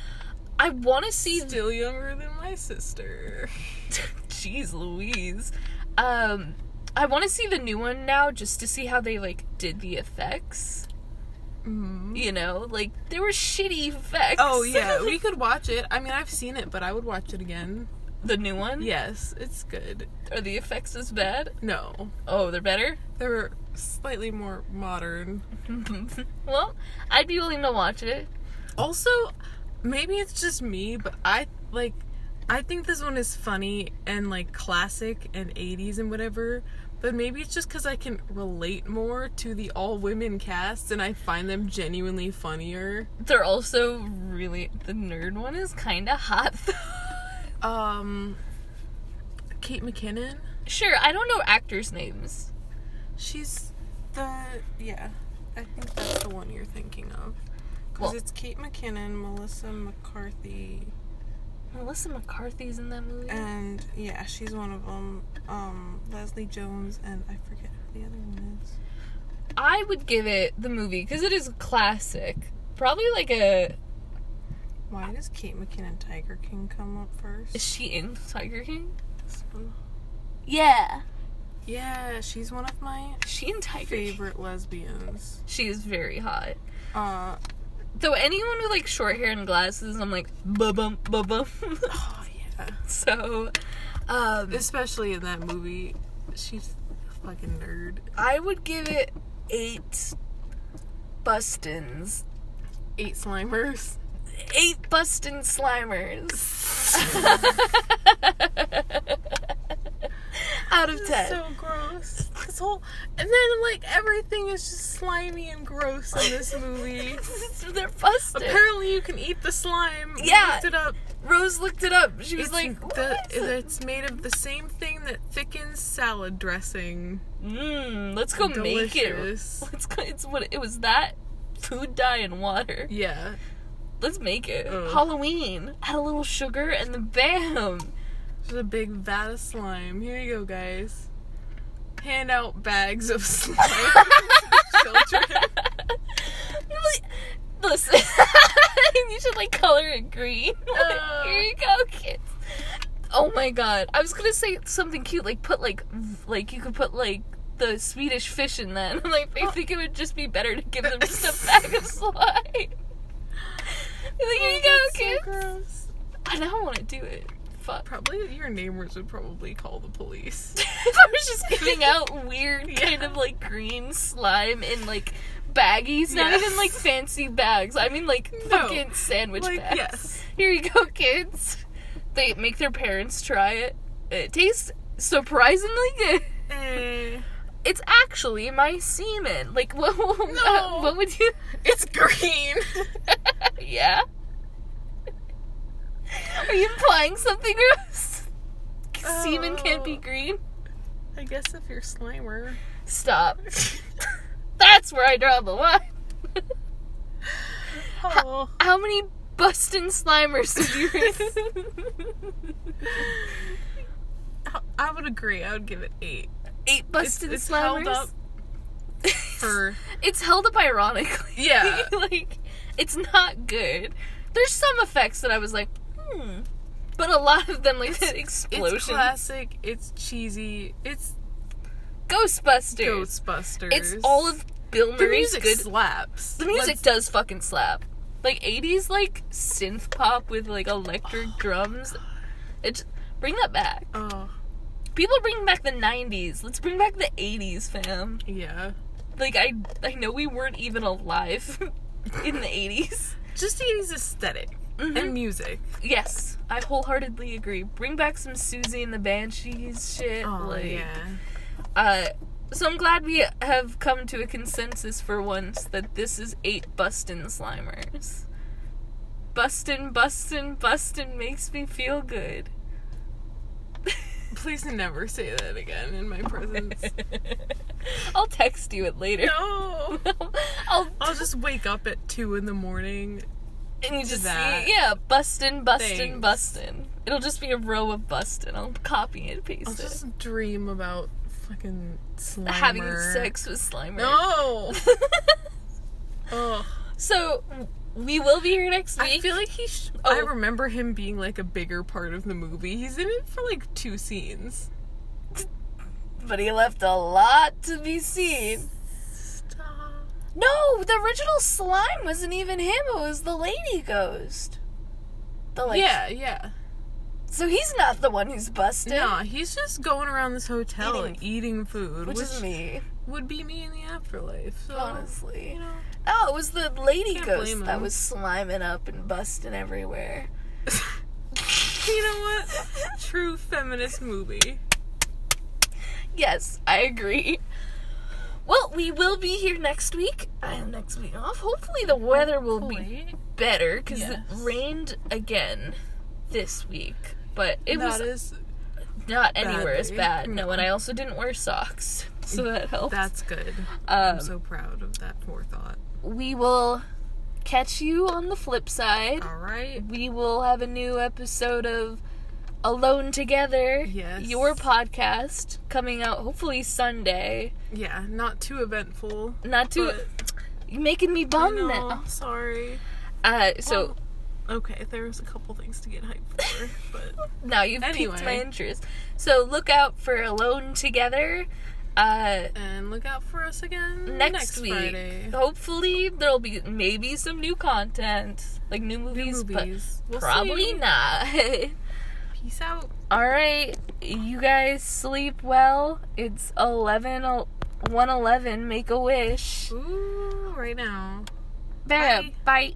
[SPEAKER 1] I want to see. the
[SPEAKER 2] Still younger than my sister.
[SPEAKER 1] Jeez Louise. Um, I want to see the new one now just to see how they like did the effects.
[SPEAKER 2] Mm.
[SPEAKER 1] You know, like they were shitty effects.
[SPEAKER 2] Oh yeah, we could watch it. I mean, I've seen it, but I would watch it again.
[SPEAKER 1] the new one.
[SPEAKER 2] Yes, it's good.
[SPEAKER 1] Are the effects as bad?
[SPEAKER 2] No,
[SPEAKER 1] Oh, they're better.
[SPEAKER 2] they're slightly more modern.
[SPEAKER 1] well, I'd be willing to watch it.
[SPEAKER 2] Also, maybe it's just me, but I like I think this one is funny and like classic and 80s and whatever, then maybe it's just because I can relate more to the all women cast and I find them genuinely funnier.
[SPEAKER 1] They're also really the nerd one is kind of hot. though.
[SPEAKER 2] Um, Kate McKinnon.
[SPEAKER 1] sure, I don't know actors' names.
[SPEAKER 2] She's the yeah. I think that's the one you're thinking of. Because
[SPEAKER 1] Well-
[SPEAKER 2] it's Kate McKinnon, Melissa McCarthy,
[SPEAKER 1] Melissa McCarthy's in that movie.
[SPEAKER 2] and yeah, she's one of them. Um, Leslie Jones, and I forget who the other one is.
[SPEAKER 1] I would give it the movie because it is a classic. Probably like a
[SPEAKER 2] Why does Kate McKinnon Tiger King come up first?
[SPEAKER 1] is she in Tiger King?
[SPEAKER 2] This one.
[SPEAKER 1] Yeah,
[SPEAKER 2] Yeah, she's one of my
[SPEAKER 1] she in Tiger King.
[SPEAKER 2] favorite lesbians.
[SPEAKER 1] She is very hot.
[SPEAKER 2] Uh,
[SPEAKER 1] Though anyone with like short hair and glasses, I'm like ba bum ba bum.
[SPEAKER 2] oh yeah.
[SPEAKER 1] so, um,
[SPEAKER 2] Especially in that movie, she's a fucking nerd.
[SPEAKER 1] I would give it eight bustins
[SPEAKER 2] Eight Slimers.
[SPEAKER 1] eight bustin' slimers. Out of ten.
[SPEAKER 2] So gross. This whole and then like everything is just slimy and gross in this movie.
[SPEAKER 1] They're busted.
[SPEAKER 2] Apparently, you can eat the slime. We
[SPEAKER 1] Yeah.
[SPEAKER 2] looked it up.
[SPEAKER 1] Rose looked it up. She was
[SPEAKER 2] It's
[SPEAKER 1] like,
[SPEAKER 2] the,
[SPEAKER 1] "What is it?"
[SPEAKER 2] it's made of the same thing that thickens salad dressing.
[SPEAKER 1] "Mmm, let's go make it.
[SPEAKER 2] Delicious.
[SPEAKER 1] Let's go. It's what it was that food dye and water.
[SPEAKER 2] Yeah.
[SPEAKER 1] Let's make it
[SPEAKER 2] Ugh.
[SPEAKER 1] Halloween. Add a little sugar and then bam.
[SPEAKER 2] Just a big vat of slime. Here you go, guys. Hand out bags of slime. Children.
[SPEAKER 1] Like, Listen, you should like color it green. Like,
[SPEAKER 2] Uh.
[SPEAKER 1] Here you go, kids. Oh my god, I was gonna say something cute, like put like v- like you could put like the Swedish fish in that. I'm like, I think it would just be better to give them just a bag of slime. Like, Here you go,
[SPEAKER 2] Oh, That's so
[SPEAKER 1] kids.
[SPEAKER 2] gross.
[SPEAKER 1] I don't want to do it. Fuck.
[SPEAKER 2] Probably your neighbors would probably call the police.
[SPEAKER 1] if I was just giving out weird kind of like green slime in like baggies, not
[SPEAKER 2] Yeah.
[SPEAKER 1] even like fancy bags. I mean like
[SPEAKER 2] No.
[SPEAKER 1] fucking sandwich
[SPEAKER 2] Like,
[SPEAKER 1] bags.
[SPEAKER 2] yes.
[SPEAKER 1] Here you go, kids. They make their parents try it. It tastes surprisingly good.
[SPEAKER 2] Eh.
[SPEAKER 1] It's actually my semen. Like what? What,
[SPEAKER 2] No.
[SPEAKER 1] what would you?
[SPEAKER 2] It's green.
[SPEAKER 1] yeah. Are you implying something gross? Semen can't be
[SPEAKER 2] Oh.
[SPEAKER 1] green.
[SPEAKER 2] I guess if you're Slimer.
[SPEAKER 1] Stop. That's where I draw the line.
[SPEAKER 2] oh.
[SPEAKER 1] How many Bustin' Slimers did you
[SPEAKER 2] I would agree. I would give it eight.
[SPEAKER 1] Eight Bustin'
[SPEAKER 2] it's
[SPEAKER 1] Slimers?
[SPEAKER 2] held up for
[SPEAKER 1] it's held up ironically.
[SPEAKER 2] Yeah.
[SPEAKER 1] like, it's not good. There's some effects that I was like, hmm. But a lot of them, like that explosion.
[SPEAKER 2] it's classic. It's cheesy. It's
[SPEAKER 1] Ghostbusters.
[SPEAKER 2] Ghostbusters.
[SPEAKER 1] It's all of Bill
[SPEAKER 2] the
[SPEAKER 1] Murray's
[SPEAKER 2] music
[SPEAKER 1] good.
[SPEAKER 2] slaps.
[SPEAKER 1] The music
[SPEAKER 2] Let's-
[SPEAKER 1] does fucking slap. Like 80s, like synth pop with like electric drums. It's bring that back.
[SPEAKER 2] Oh
[SPEAKER 1] People bring back the 90s. Let's bring back the 80s, fam.
[SPEAKER 2] yeah.
[SPEAKER 1] Like I I know we weren't even alive in the 80s.
[SPEAKER 2] Just the 80s esthetic and
[SPEAKER 1] And
[SPEAKER 2] music.
[SPEAKER 1] yes, I wholeheartedly agree. Bring back some Susie and the Banshees shit.
[SPEAKER 2] Oh,
[SPEAKER 1] like uh so I'm glad we have come to a consensus for once that this is eight bustin' slimers. Bustin', bustin', bustin' makes me feel good.
[SPEAKER 2] Please never say that again in my presence.
[SPEAKER 1] I'll text you it later.
[SPEAKER 2] no.
[SPEAKER 1] I'll
[SPEAKER 2] I'll just wake up at two in the morning.
[SPEAKER 1] and you just
[SPEAKER 2] that.
[SPEAKER 1] see yeah, bustin', bustin',
[SPEAKER 2] Thanks.
[SPEAKER 1] bustin'. It'll just be a row of bustin'. I'll copy and paste
[SPEAKER 2] I'll
[SPEAKER 1] it.
[SPEAKER 2] just dream about fucking slimer.
[SPEAKER 1] Having sex with Slimer.
[SPEAKER 2] No. Ugh.
[SPEAKER 1] so we will be here next week.
[SPEAKER 2] I feel like he. Sh-
[SPEAKER 1] Oh.
[SPEAKER 2] I remember him being like a bigger part of the movie. He's in it for like two scenes.
[SPEAKER 1] but he left a lot to be seen.
[SPEAKER 2] Stop.
[SPEAKER 1] No, the original slime wasn't even him. It was the lady ghost. The like,
[SPEAKER 2] yeah, yeah.
[SPEAKER 1] So he's not the one who's busted,
[SPEAKER 2] No, he's just going around this hotel
[SPEAKER 1] Eating-
[SPEAKER 2] and eating food,
[SPEAKER 1] which,
[SPEAKER 2] which,
[SPEAKER 1] is me,
[SPEAKER 2] would be me in the afterlife. So,
[SPEAKER 1] honestly.
[SPEAKER 2] you know.
[SPEAKER 1] No, Oh, it was the lady
[SPEAKER 2] Can't
[SPEAKER 1] ghost
[SPEAKER 2] blame
[SPEAKER 1] that
[SPEAKER 2] him.
[SPEAKER 1] was sliming up and busting everywhere.
[SPEAKER 2] you know what? True feminist movie.
[SPEAKER 1] Yes, I agree. Well, we will be here next week. I have next week off. Hopefully, the weather will be
[SPEAKER 2] Hopefully.
[SPEAKER 1] better because it
[SPEAKER 2] Yes.
[SPEAKER 1] rained again this week. But it was
[SPEAKER 2] That is-
[SPEAKER 1] not anywhere as
[SPEAKER 2] badly.
[SPEAKER 1] bad. No, and I also didn't wear socks, so that helped.
[SPEAKER 2] that's good.
[SPEAKER 1] um,
[SPEAKER 2] I'm so proud of that forethought.
[SPEAKER 1] we will catch you on the flip side.
[SPEAKER 2] All right.
[SPEAKER 1] We will have a new episode of Alone Together,
[SPEAKER 2] Yes.
[SPEAKER 1] your podcast, coming out hopefully Sunday.
[SPEAKER 2] Yeah, not too eventful.
[SPEAKER 1] Not too.
[SPEAKER 2] But-
[SPEAKER 1] You're making me
[SPEAKER 2] I
[SPEAKER 1] bummed
[SPEAKER 2] know,
[SPEAKER 1] now.
[SPEAKER 2] Sorry.
[SPEAKER 1] Uh, so
[SPEAKER 2] Well, okay, there was a couple things to get hyped for, but
[SPEAKER 1] now you've piqued
[SPEAKER 2] anyway.
[SPEAKER 1] my interest. So look out for Alone Together. Uh,
[SPEAKER 2] and look out for us again
[SPEAKER 1] next, week,
[SPEAKER 2] Mm, Friday.
[SPEAKER 1] hopefully there'll be maybe some new content, like new
[SPEAKER 2] New
[SPEAKER 1] movies,
[SPEAKER 2] movies.
[SPEAKER 1] but
[SPEAKER 2] We'll
[SPEAKER 1] probably
[SPEAKER 2] see.
[SPEAKER 1] not.
[SPEAKER 2] Peace out.
[SPEAKER 1] All right, you guys sleep well. It's 11, 111, Make a wish.
[SPEAKER 2] Ooh, right now.
[SPEAKER 1] Bye. Bye.